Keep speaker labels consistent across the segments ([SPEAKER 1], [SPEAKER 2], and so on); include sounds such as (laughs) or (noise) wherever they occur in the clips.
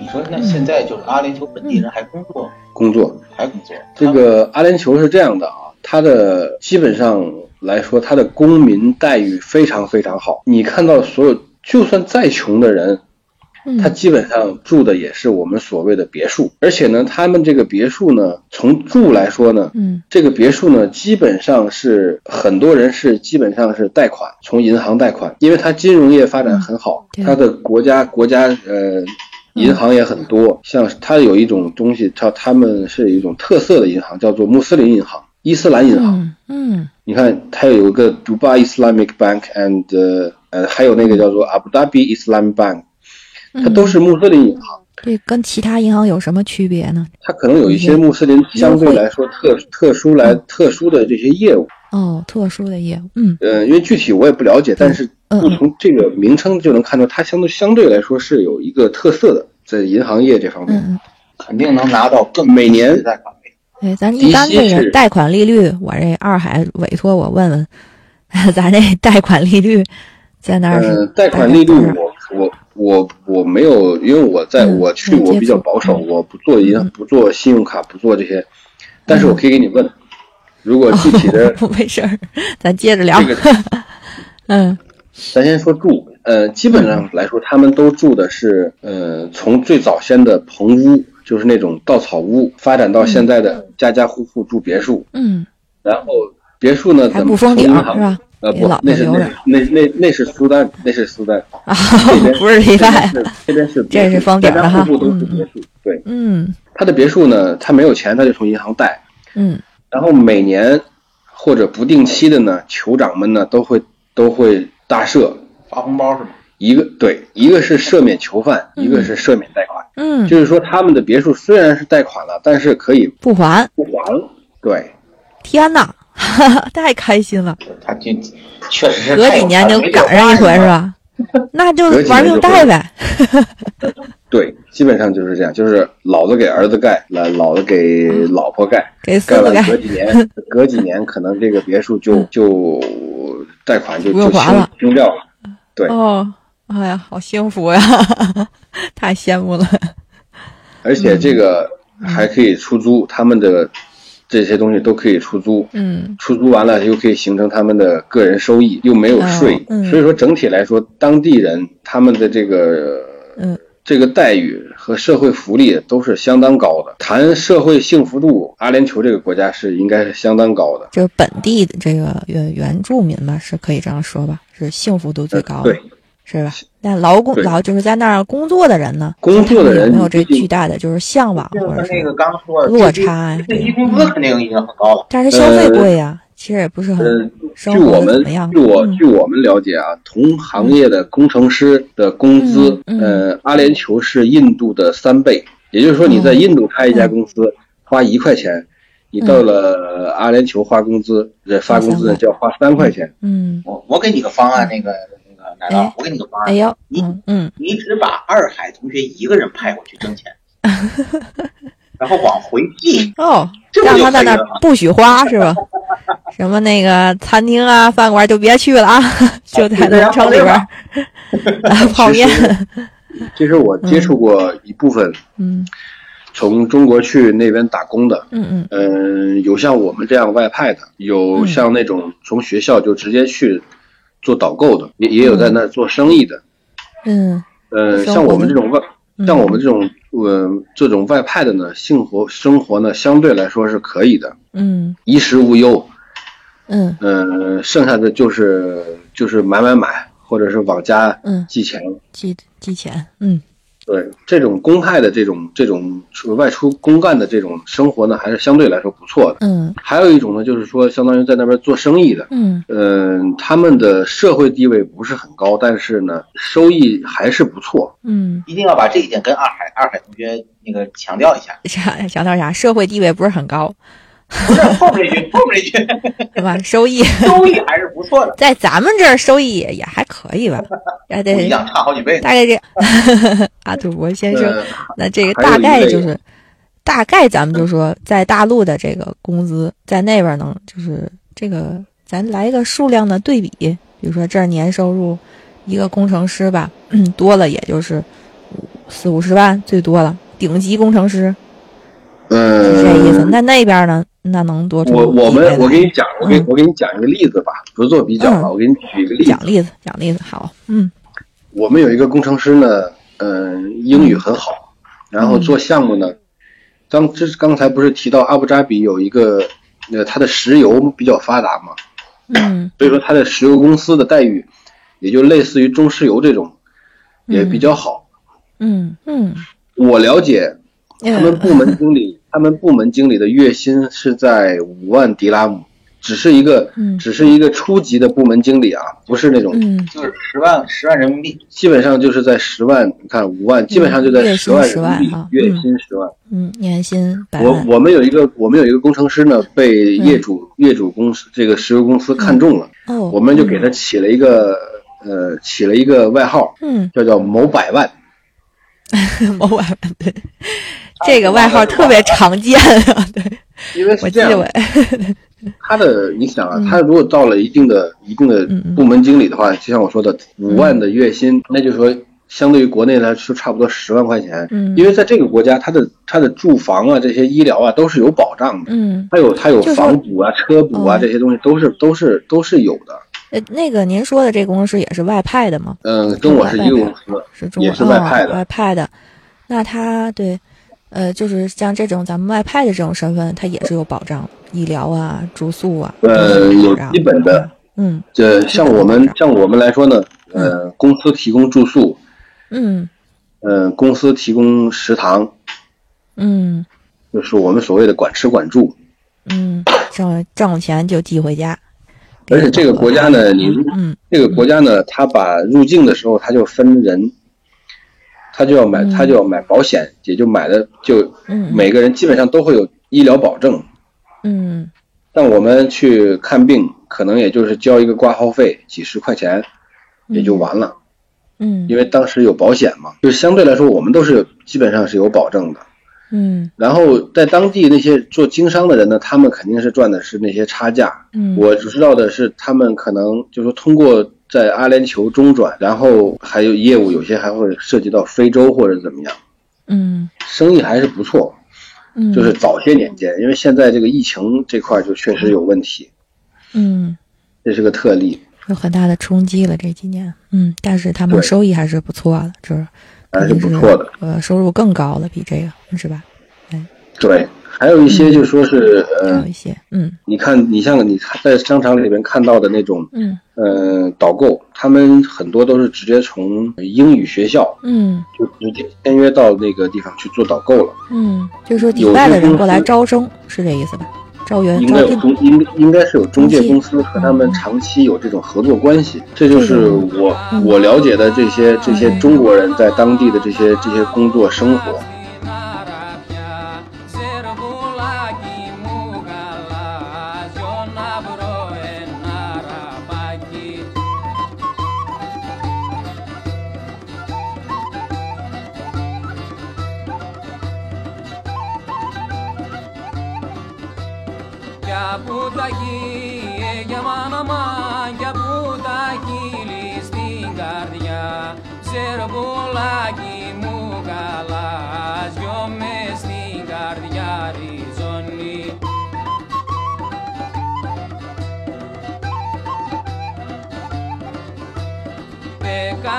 [SPEAKER 1] 你说那现在就是阿联酋本地人还工作，
[SPEAKER 2] 工
[SPEAKER 3] 嗯
[SPEAKER 2] 作。
[SPEAKER 1] 还工作？
[SPEAKER 2] 这个阿联酋是这样的啊，它的基本上来说，它的公民待遇非常非常好。你看到所有，就算再穷的人，
[SPEAKER 3] 嗯
[SPEAKER 2] 他基本上住的也是我们所谓的别墅。而且呢，他们这个别墅呢，从住来说呢，
[SPEAKER 3] 嗯
[SPEAKER 2] 这个别墅呢，基本上是很多人是基本上是贷款，从银行贷款，因为它金融业发展很好，
[SPEAKER 3] 嗯对嗯
[SPEAKER 2] 它的国家国家呃。银行也很多，像它有一种东西，它他们是有一种特色的银行，叫做穆斯林银行、伊斯兰银行。
[SPEAKER 3] 嗯嗯
[SPEAKER 2] 你看，它有一个 Dubai Islamic Bank and 呃呃，还有那个叫做 Abu Dhabi Islamic Bank，它
[SPEAKER 3] 嗯
[SPEAKER 2] 都是穆斯林银行。
[SPEAKER 3] 这跟其他银行有什么区别呢？
[SPEAKER 2] 它可能有一些
[SPEAKER 3] 嗯
[SPEAKER 2] 穆斯林相对来说特特殊来特殊的这些业务，
[SPEAKER 3] 哦，特殊的业务，嗯
[SPEAKER 2] 呃，因为具体我也不了解，但是
[SPEAKER 3] 嗯
[SPEAKER 2] 不从这个名称就能看出，它相对相对来说是有一个特色的，在银行业这方面。
[SPEAKER 3] 嗯嗯，
[SPEAKER 1] 肯定能拿到更
[SPEAKER 2] 每年
[SPEAKER 1] 贷款利率
[SPEAKER 3] 对，咱
[SPEAKER 2] 低
[SPEAKER 3] 一般
[SPEAKER 2] 息
[SPEAKER 3] 这个
[SPEAKER 2] 是
[SPEAKER 3] 贷款利率，我这二海委托我问 (laughs) 问，咱这贷款利率在那儿是
[SPEAKER 2] 呃，贷款利率我我我我没有，因为我在
[SPEAKER 3] 嗯
[SPEAKER 2] 我去
[SPEAKER 3] 没接触嗯
[SPEAKER 2] 我比较保守，我不做银行，不做信用卡，不做这些，但是
[SPEAKER 3] 嗯
[SPEAKER 2] 我可以给你问，如果具
[SPEAKER 3] (laughs)
[SPEAKER 2] 体的
[SPEAKER 3] 没事儿，咱接着聊
[SPEAKER 2] 这。个
[SPEAKER 3] 嗯
[SPEAKER 2] 咱先说住，呃，基本上来说，他们都住的是，呃，从最早先的棚屋，就是那种稻草屋，发展到现在的家家户户住别墅，
[SPEAKER 3] 嗯，
[SPEAKER 2] 然后别墅呢，
[SPEAKER 3] 还
[SPEAKER 2] 咱
[SPEAKER 3] 不
[SPEAKER 2] 们
[SPEAKER 3] 封顶
[SPEAKER 2] 从银
[SPEAKER 3] 是
[SPEAKER 2] 行
[SPEAKER 3] 吧？
[SPEAKER 2] 呃，
[SPEAKER 3] 给
[SPEAKER 2] 不
[SPEAKER 3] 老，婆
[SPEAKER 2] 那是
[SPEAKER 3] 留
[SPEAKER 2] 那
[SPEAKER 3] 着
[SPEAKER 2] 是那那那是苏丹，那是苏丹，
[SPEAKER 3] 啊
[SPEAKER 2] 这边，
[SPEAKER 3] (laughs) 不是礼拜。
[SPEAKER 2] 这边是
[SPEAKER 3] 这
[SPEAKER 2] 这边是别
[SPEAKER 3] 是
[SPEAKER 2] 墅
[SPEAKER 3] 封顶
[SPEAKER 2] 家
[SPEAKER 3] 了
[SPEAKER 2] 家
[SPEAKER 3] 哈
[SPEAKER 2] 户户都是
[SPEAKER 3] 嗯嗯
[SPEAKER 2] 别墅。对，
[SPEAKER 3] 嗯
[SPEAKER 2] 他的别墅呢，他没有钱，他就从银行贷，
[SPEAKER 3] 嗯
[SPEAKER 2] 然后每年或者不定期的呢，酋长们呢都会都会大赦，
[SPEAKER 1] 发红包是吗？
[SPEAKER 2] 一个对，一个是赦免囚犯，
[SPEAKER 3] 嗯
[SPEAKER 2] 一个是赦免贷款。
[SPEAKER 3] 嗯，
[SPEAKER 2] 就是说，他们的别墅虽然是贷款了，但是可以
[SPEAKER 3] 不还，
[SPEAKER 2] 不还了。对，
[SPEAKER 3] 天哪， (laughs) 太开心了！
[SPEAKER 1] 他就确实是
[SPEAKER 3] 隔
[SPEAKER 1] 太
[SPEAKER 3] 几
[SPEAKER 1] 有
[SPEAKER 3] 年就
[SPEAKER 1] 没地儿
[SPEAKER 3] 赶上一
[SPEAKER 1] 花
[SPEAKER 3] 回
[SPEAKER 1] 了
[SPEAKER 3] 是吧？ (laughs) 那就
[SPEAKER 2] 隔几
[SPEAKER 3] 玩
[SPEAKER 2] 年
[SPEAKER 3] 命
[SPEAKER 2] 就
[SPEAKER 3] 贷
[SPEAKER 2] 会
[SPEAKER 3] 呗。
[SPEAKER 2] 对，基本上就是这样，就是老子给儿子盖，老老子给
[SPEAKER 3] 嗯
[SPEAKER 2] 老婆盖，
[SPEAKER 3] 给四
[SPEAKER 2] 盖
[SPEAKER 3] 个
[SPEAKER 2] 完
[SPEAKER 3] 盖
[SPEAKER 2] 隔几年，隔几年可能这个别墅就就贷款就
[SPEAKER 3] 嗯不用
[SPEAKER 2] 就
[SPEAKER 3] 还
[SPEAKER 2] 清
[SPEAKER 3] 了
[SPEAKER 2] 清掉了。对，
[SPEAKER 3] 哦，哎呀，好幸福呀， (laughs) 太羡慕了。
[SPEAKER 2] 而且
[SPEAKER 3] 嗯
[SPEAKER 2] 这个还可以出租，他们的这些东西都可以出租。
[SPEAKER 3] 嗯
[SPEAKER 2] 出租完了又可以形成他们的个人收益，又没有税，
[SPEAKER 3] 哦嗯
[SPEAKER 2] 所以说整体来说，当地人他们的这个
[SPEAKER 3] 嗯
[SPEAKER 2] 这个待遇和社会福利都是相当高的。谈社会幸福度，阿联酋这个国家是应该是相当高的。
[SPEAKER 3] (laughs) 就是本地的这个原原住民嘛，是可以这样说吧，是幸福度最高的，
[SPEAKER 2] 呃对，
[SPEAKER 3] 是吧？那劳工
[SPEAKER 2] 对
[SPEAKER 3] 劳就是在那儿工作的人呢，
[SPEAKER 2] 工作的
[SPEAKER 3] 有
[SPEAKER 2] 人
[SPEAKER 3] 没有这
[SPEAKER 2] 毕竟
[SPEAKER 3] 巨大的就是向往
[SPEAKER 1] 就
[SPEAKER 3] 或者
[SPEAKER 1] 是那
[SPEAKER 3] 是
[SPEAKER 1] 个刚刚说的
[SPEAKER 3] 落差啊呀
[SPEAKER 1] 最低工资肯定已经很高了。
[SPEAKER 3] 但是消费贵呀，其实也不是很
[SPEAKER 2] 呃，
[SPEAKER 3] 生
[SPEAKER 2] 据
[SPEAKER 3] 活
[SPEAKER 2] 我
[SPEAKER 3] 的怎
[SPEAKER 2] 们
[SPEAKER 3] 么样。
[SPEAKER 2] 据我
[SPEAKER 3] 嗯
[SPEAKER 2] 据我们了解啊，同行业的工程师的工资，
[SPEAKER 3] 嗯
[SPEAKER 2] 呃，阿联酋是印度的三倍，也就是说你
[SPEAKER 3] 哦
[SPEAKER 2] 在印度开一家
[SPEAKER 3] 嗯
[SPEAKER 2] 公司花一块钱，你到了阿联酋花工资，呃，发工资
[SPEAKER 3] 花三块
[SPEAKER 2] 呢就要花三块钱。
[SPEAKER 3] 嗯，
[SPEAKER 1] 我我给你个方案，那个那个奶
[SPEAKER 3] 哎
[SPEAKER 1] 酪，我给你个方
[SPEAKER 3] 哎
[SPEAKER 1] 案，
[SPEAKER 3] 呦，
[SPEAKER 2] 啊
[SPEAKER 1] 你
[SPEAKER 3] 嗯嗯
[SPEAKER 1] 你只把二海同学一个人派过去
[SPEAKER 3] (laughs)
[SPEAKER 1] 挣钱，然后往回寄，
[SPEAKER 3] 哦，
[SPEAKER 1] 这不
[SPEAKER 3] 让
[SPEAKER 1] 就
[SPEAKER 3] 他在那
[SPEAKER 1] 可以了
[SPEAKER 3] 儿
[SPEAKER 1] 吗
[SPEAKER 3] 不许花是
[SPEAKER 2] (laughs)
[SPEAKER 3] 吧？什么那个餐厅啊、饭馆就别去了啊， (laughs) 就在农城里边儿啊泡面
[SPEAKER 2] 其。实，其实我接触过一部分
[SPEAKER 3] (laughs) 嗯
[SPEAKER 2] 从中国去那边打工的，
[SPEAKER 3] 嗯嗯
[SPEAKER 2] 嗯，有像我们这样外派的，有
[SPEAKER 3] 嗯
[SPEAKER 2] 像那种从学校就直接去做导购的，也也有在那儿做生意的。
[SPEAKER 3] 嗯
[SPEAKER 2] 呃，
[SPEAKER 3] 生活
[SPEAKER 2] 像我
[SPEAKER 3] 的
[SPEAKER 2] 们这种外，
[SPEAKER 3] 嗯，
[SPEAKER 2] 像我们这种，呃，这种外派的呢，幸活生活呢，相对来说是可以的，
[SPEAKER 3] 嗯
[SPEAKER 2] 衣食无忧。
[SPEAKER 3] 嗯
[SPEAKER 2] 呃，剩下的就是就是买买买，或者是往家
[SPEAKER 3] 嗯
[SPEAKER 2] 寄钱。
[SPEAKER 3] 寄寄钱，嗯
[SPEAKER 2] 对这种公害的这种这种外出公干的这种生活呢，还是相对来说不错的。
[SPEAKER 4] 嗯
[SPEAKER 2] 还有一种呢，就是说相当于在那边做生意的，
[SPEAKER 4] 嗯
[SPEAKER 2] 嗯，他们的社会地位不是很高，但是呢，收益还是不错。
[SPEAKER 3] (laughs)
[SPEAKER 4] 嗯，
[SPEAKER 1] 一定要把这一点跟二海二海同学那个强调一下。
[SPEAKER 4] 啥强调啥？社会地位不是很高，
[SPEAKER 1] 不是后面这句，后面这句 (laughs)
[SPEAKER 4] 是吧？收益
[SPEAKER 1] 收益还是不错的，
[SPEAKER 4] 在咱们这儿收益也也还可以
[SPEAKER 2] (laughs)
[SPEAKER 4] 吧？啊，
[SPEAKER 1] 不一
[SPEAKER 4] 对，
[SPEAKER 1] 样差好几倍呢。
[SPEAKER 4] 大概这 (laughs) 阿土伯先生，
[SPEAKER 2] 呃
[SPEAKER 4] 那这个
[SPEAKER 2] 还
[SPEAKER 4] 大
[SPEAKER 2] 有一
[SPEAKER 4] 概
[SPEAKER 2] 类
[SPEAKER 4] 就是，大概咱们就说，在大陆的这个工资，在那边能就是这个，咱来一个数量的对比，比如说这儿年收入，一个工程师吧，嗯，多了也就是五四五十万最多了，顶级工程师是
[SPEAKER 2] 嗯，
[SPEAKER 4] 这意思。那那边呢，那能多出
[SPEAKER 2] 我我
[SPEAKER 4] 几倍
[SPEAKER 2] 们
[SPEAKER 4] 来
[SPEAKER 2] 我给你讲，我给
[SPEAKER 4] 嗯
[SPEAKER 2] 我给你讲一个例子吧，不是做比较了，
[SPEAKER 4] 嗯
[SPEAKER 2] 我给你举一个例子
[SPEAKER 4] 讲。例子，讲例子，好，嗯
[SPEAKER 2] 我们有一个工程师呢，嗯，英语很好，然
[SPEAKER 4] 嗯
[SPEAKER 2] 后做项目呢，当这刚才不是提到阿布扎比有一个，呃，它的石油比较发达嘛，
[SPEAKER 4] 嗯
[SPEAKER 2] 所以说它的石油公司的待遇也就类似于中石油这种，也
[SPEAKER 4] 嗯
[SPEAKER 2] 比较好。
[SPEAKER 4] 嗯嗯，
[SPEAKER 2] 我了解他们
[SPEAKER 4] 嗯
[SPEAKER 2] 部门
[SPEAKER 4] (laughs)
[SPEAKER 2] 经理，他们部门经理的月薪是在五万迪拉姆，只是一个
[SPEAKER 4] 嗯
[SPEAKER 2] 只是一个初级的部门经理啊，不是那种
[SPEAKER 4] 嗯，
[SPEAKER 1] 就是十万十万人民币，
[SPEAKER 2] 基本上就是在十万，你看五万，基本上就在
[SPEAKER 4] 嗯月
[SPEAKER 2] 十
[SPEAKER 4] 薪
[SPEAKER 2] 万
[SPEAKER 4] 10
[SPEAKER 2] 人
[SPEAKER 4] 万
[SPEAKER 2] 民币
[SPEAKER 4] 啊，
[SPEAKER 2] 月
[SPEAKER 4] 嗯
[SPEAKER 2] 薪十万。
[SPEAKER 4] 嗯，年薪百
[SPEAKER 2] 我
[SPEAKER 4] 万，嗯
[SPEAKER 2] 我们有一个我们有一个工程师呢，被业主业主公司这个石油公司看中了，
[SPEAKER 4] 哦，
[SPEAKER 2] 我们就给他起了一个呃起了一个外号，
[SPEAKER 4] 嗯，
[SPEAKER 2] 叫叫某百万。
[SPEAKER 4] 嗯，某外万对，这个外号特别常见啊，对，
[SPEAKER 2] 因为
[SPEAKER 4] 我
[SPEAKER 2] 是
[SPEAKER 4] 记
[SPEAKER 2] 这样
[SPEAKER 4] 得我
[SPEAKER 2] 的，，他的你想啊
[SPEAKER 4] 嗯，
[SPEAKER 2] 他如果到了一定的一定的
[SPEAKER 4] 嗯嗯嗯
[SPEAKER 2] 部门经理的话，就像我说的五万的月薪，那就说相对于国内来说差不多十万块钱，
[SPEAKER 4] 嗯
[SPEAKER 2] 因为在这个国家，他的他的住房啊这些医疗啊都是有保障的，
[SPEAKER 4] 嗯，
[SPEAKER 2] 他有他有
[SPEAKER 4] 就是说
[SPEAKER 2] 房补啊、车补啊
[SPEAKER 4] 嗯
[SPEAKER 2] 这些东西都是都是都是有的。
[SPEAKER 4] 呃，那个您说的这工程师也是外派的吗？
[SPEAKER 2] 嗯，跟我是一个公司，
[SPEAKER 4] 是中国
[SPEAKER 2] 也是外派
[SPEAKER 4] 哦
[SPEAKER 2] 的
[SPEAKER 4] 外派的，那他对，呃，就是像这种咱们外派的这种身份，他也是有保障，医疗啊、住宿啊，都
[SPEAKER 2] 呃，
[SPEAKER 4] 是有
[SPEAKER 2] 有
[SPEAKER 4] 保障
[SPEAKER 2] 基本的，，
[SPEAKER 4] 嗯
[SPEAKER 2] 呃，像我们像我们来说呢，
[SPEAKER 4] 嗯
[SPEAKER 2] 呃，公司提供住宿，
[SPEAKER 4] 嗯
[SPEAKER 2] 呃，公司提供食堂，
[SPEAKER 4] 嗯
[SPEAKER 2] 就是我们所谓的管吃管住。
[SPEAKER 4] 嗯，挣挣钱就寄回家，
[SPEAKER 2] 而且这个国家呢，您
[SPEAKER 4] 嗯
[SPEAKER 2] 这个国家呢，他把入境的时候，他就分人，他就要买，
[SPEAKER 4] 嗯
[SPEAKER 2] 他就要买保险，也就买的就
[SPEAKER 4] 嗯
[SPEAKER 2] 每个人基本上都会有医疗保证。
[SPEAKER 4] 嗯
[SPEAKER 2] 但我们去看病，可能也就是交一个挂号费，几十块钱也就完了，
[SPEAKER 4] 嗯
[SPEAKER 2] 因为当时有保险嘛，就相对来说，我们都是有基本上是有保证的。
[SPEAKER 4] 嗯
[SPEAKER 2] 然后在当地那些做经商的人呢，他们肯定是赚的是那些差价，
[SPEAKER 4] 嗯，
[SPEAKER 2] 我知道的是，他们可能就是说通过在阿联酋中转，然后还有业务，有些还会涉及到非洲或者怎么样，
[SPEAKER 4] 嗯
[SPEAKER 2] 生意还是不错。
[SPEAKER 4] 嗯
[SPEAKER 2] 就是早些年间，因为现在这个疫情这块就确实有问题，
[SPEAKER 4] 嗯。
[SPEAKER 2] 这是个特例。
[SPEAKER 4] 有很大的冲击了这几年，嗯，但是他们
[SPEAKER 2] 对
[SPEAKER 4] 收益还是不错的，就是
[SPEAKER 2] 还是
[SPEAKER 4] 肯定
[SPEAKER 2] 不错的
[SPEAKER 4] 呃，收入更高的比这个是吧？
[SPEAKER 2] 对，还有一些就说是，
[SPEAKER 4] 还
[SPEAKER 2] 呃
[SPEAKER 4] 有，一些，嗯
[SPEAKER 2] 你看，你像你看在商场里面看到的那种，
[SPEAKER 4] 嗯
[SPEAKER 2] 呃，导购，他们很多都是直接从英语学校
[SPEAKER 4] 嗯
[SPEAKER 2] 就直接签约到那个地方去做导购了。
[SPEAKER 4] 嗯，就是说
[SPEAKER 2] 有
[SPEAKER 4] 迪
[SPEAKER 2] 些
[SPEAKER 4] 拜的
[SPEAKER 2] 公
[SPEAKER 4] 人
[SPEAKER 2] 司
[SPEAKER 4] 过来招生是这意思吧？招员
[SPEAKER 2] 应
[SPEAKER 4] 招
[SPEAKER 2] 该有
[SPEAKER 4] 聘，
[SPEAKER 2] 中应应该是有中介
[SPEAKER 4] 中介
[SPEAKER 2] 公司和他们长期有这种合作关系，这就是我
[SPEAKER 4] 嗯
[SPEAKER 2] 我了解的这些这些中国人在当地的这些这些工作生活。
[SPEAKER 5] Caputaki, Yamanama, Caputaki, Listingardia, Zerbulaki, Mugalas, Yomes, Tingardia, Rizoni.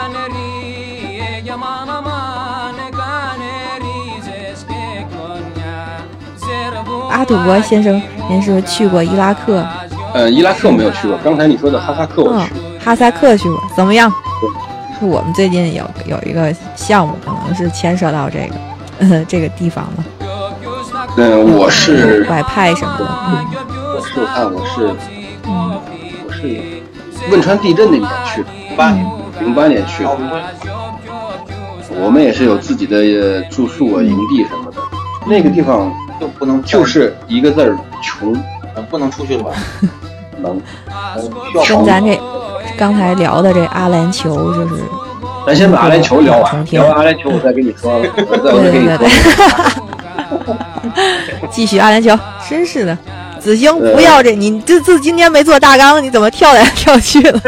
[SPEAKER 5] Pekaneri, Yamanama, Nekaneri, Zeskekonia, Zerbulaki.
[SPEAKER 4] 阿土伯先生，您是去过伊拉克，
[SPEAKER 2] 呃，伊拉克我没有去过，刚才你说的哈萨克我
[SPEAKER 4] 嗯
[SPEAKER 2] 去，，
[SPEAKER 4] 哈萨克去过，怎么样？就我们最近有有一个项目，可能是牵涉到这个、呃、这个 (laughs) 地方了。
[SPEAKER 2] 嗯，我是
[SPEAKER 4] 外派什么的，
[SPEAKER 2] 我是我看我是
[SPEAKER 4] 嗯
[SPEAKER 2] 我是汶川地震那年去的，
[SPEAKER 1] 八年，
[SPEAKER 2] 零八年去的。我们也是有自己的呃住宿啊、营地什么的。
[SPEAKER 4] 嗯
[SPEAKER 2] 那个地方
[SPEAKER 1] 就不能跳呃
[SPEAKER 2] 就是一个字儿穷，
[SPEAKER 1] 不能出去玩，
[SPEAKER 2] 能。
[SPEAKER 1] 需要
[SPEAKER 4] 跟
[SPEAKER 1] 保
[SPEAKER 4] 咱这刚才聊的这阿联酋，就是
[SPEAKER 2] 咱先把阿联酋聊完，
[SPEAKER 4] 重听
[SPEAKER 2] 聊完阿联酋我再跟你说，
[SPEAKER 4] (laughs)
[SPEAKER 2] 我再我再跟你
[SPEAKER 4] 对对
[SPEAKER 2] 说。
[SPEAKER 4] 对， (laughs) 继续阿联酋，真是的。
[SPEAKER 2] 呃
[SPEAKER 4] 子星，不要这，你这自今天没做大纲，你怎么跳来跳去的？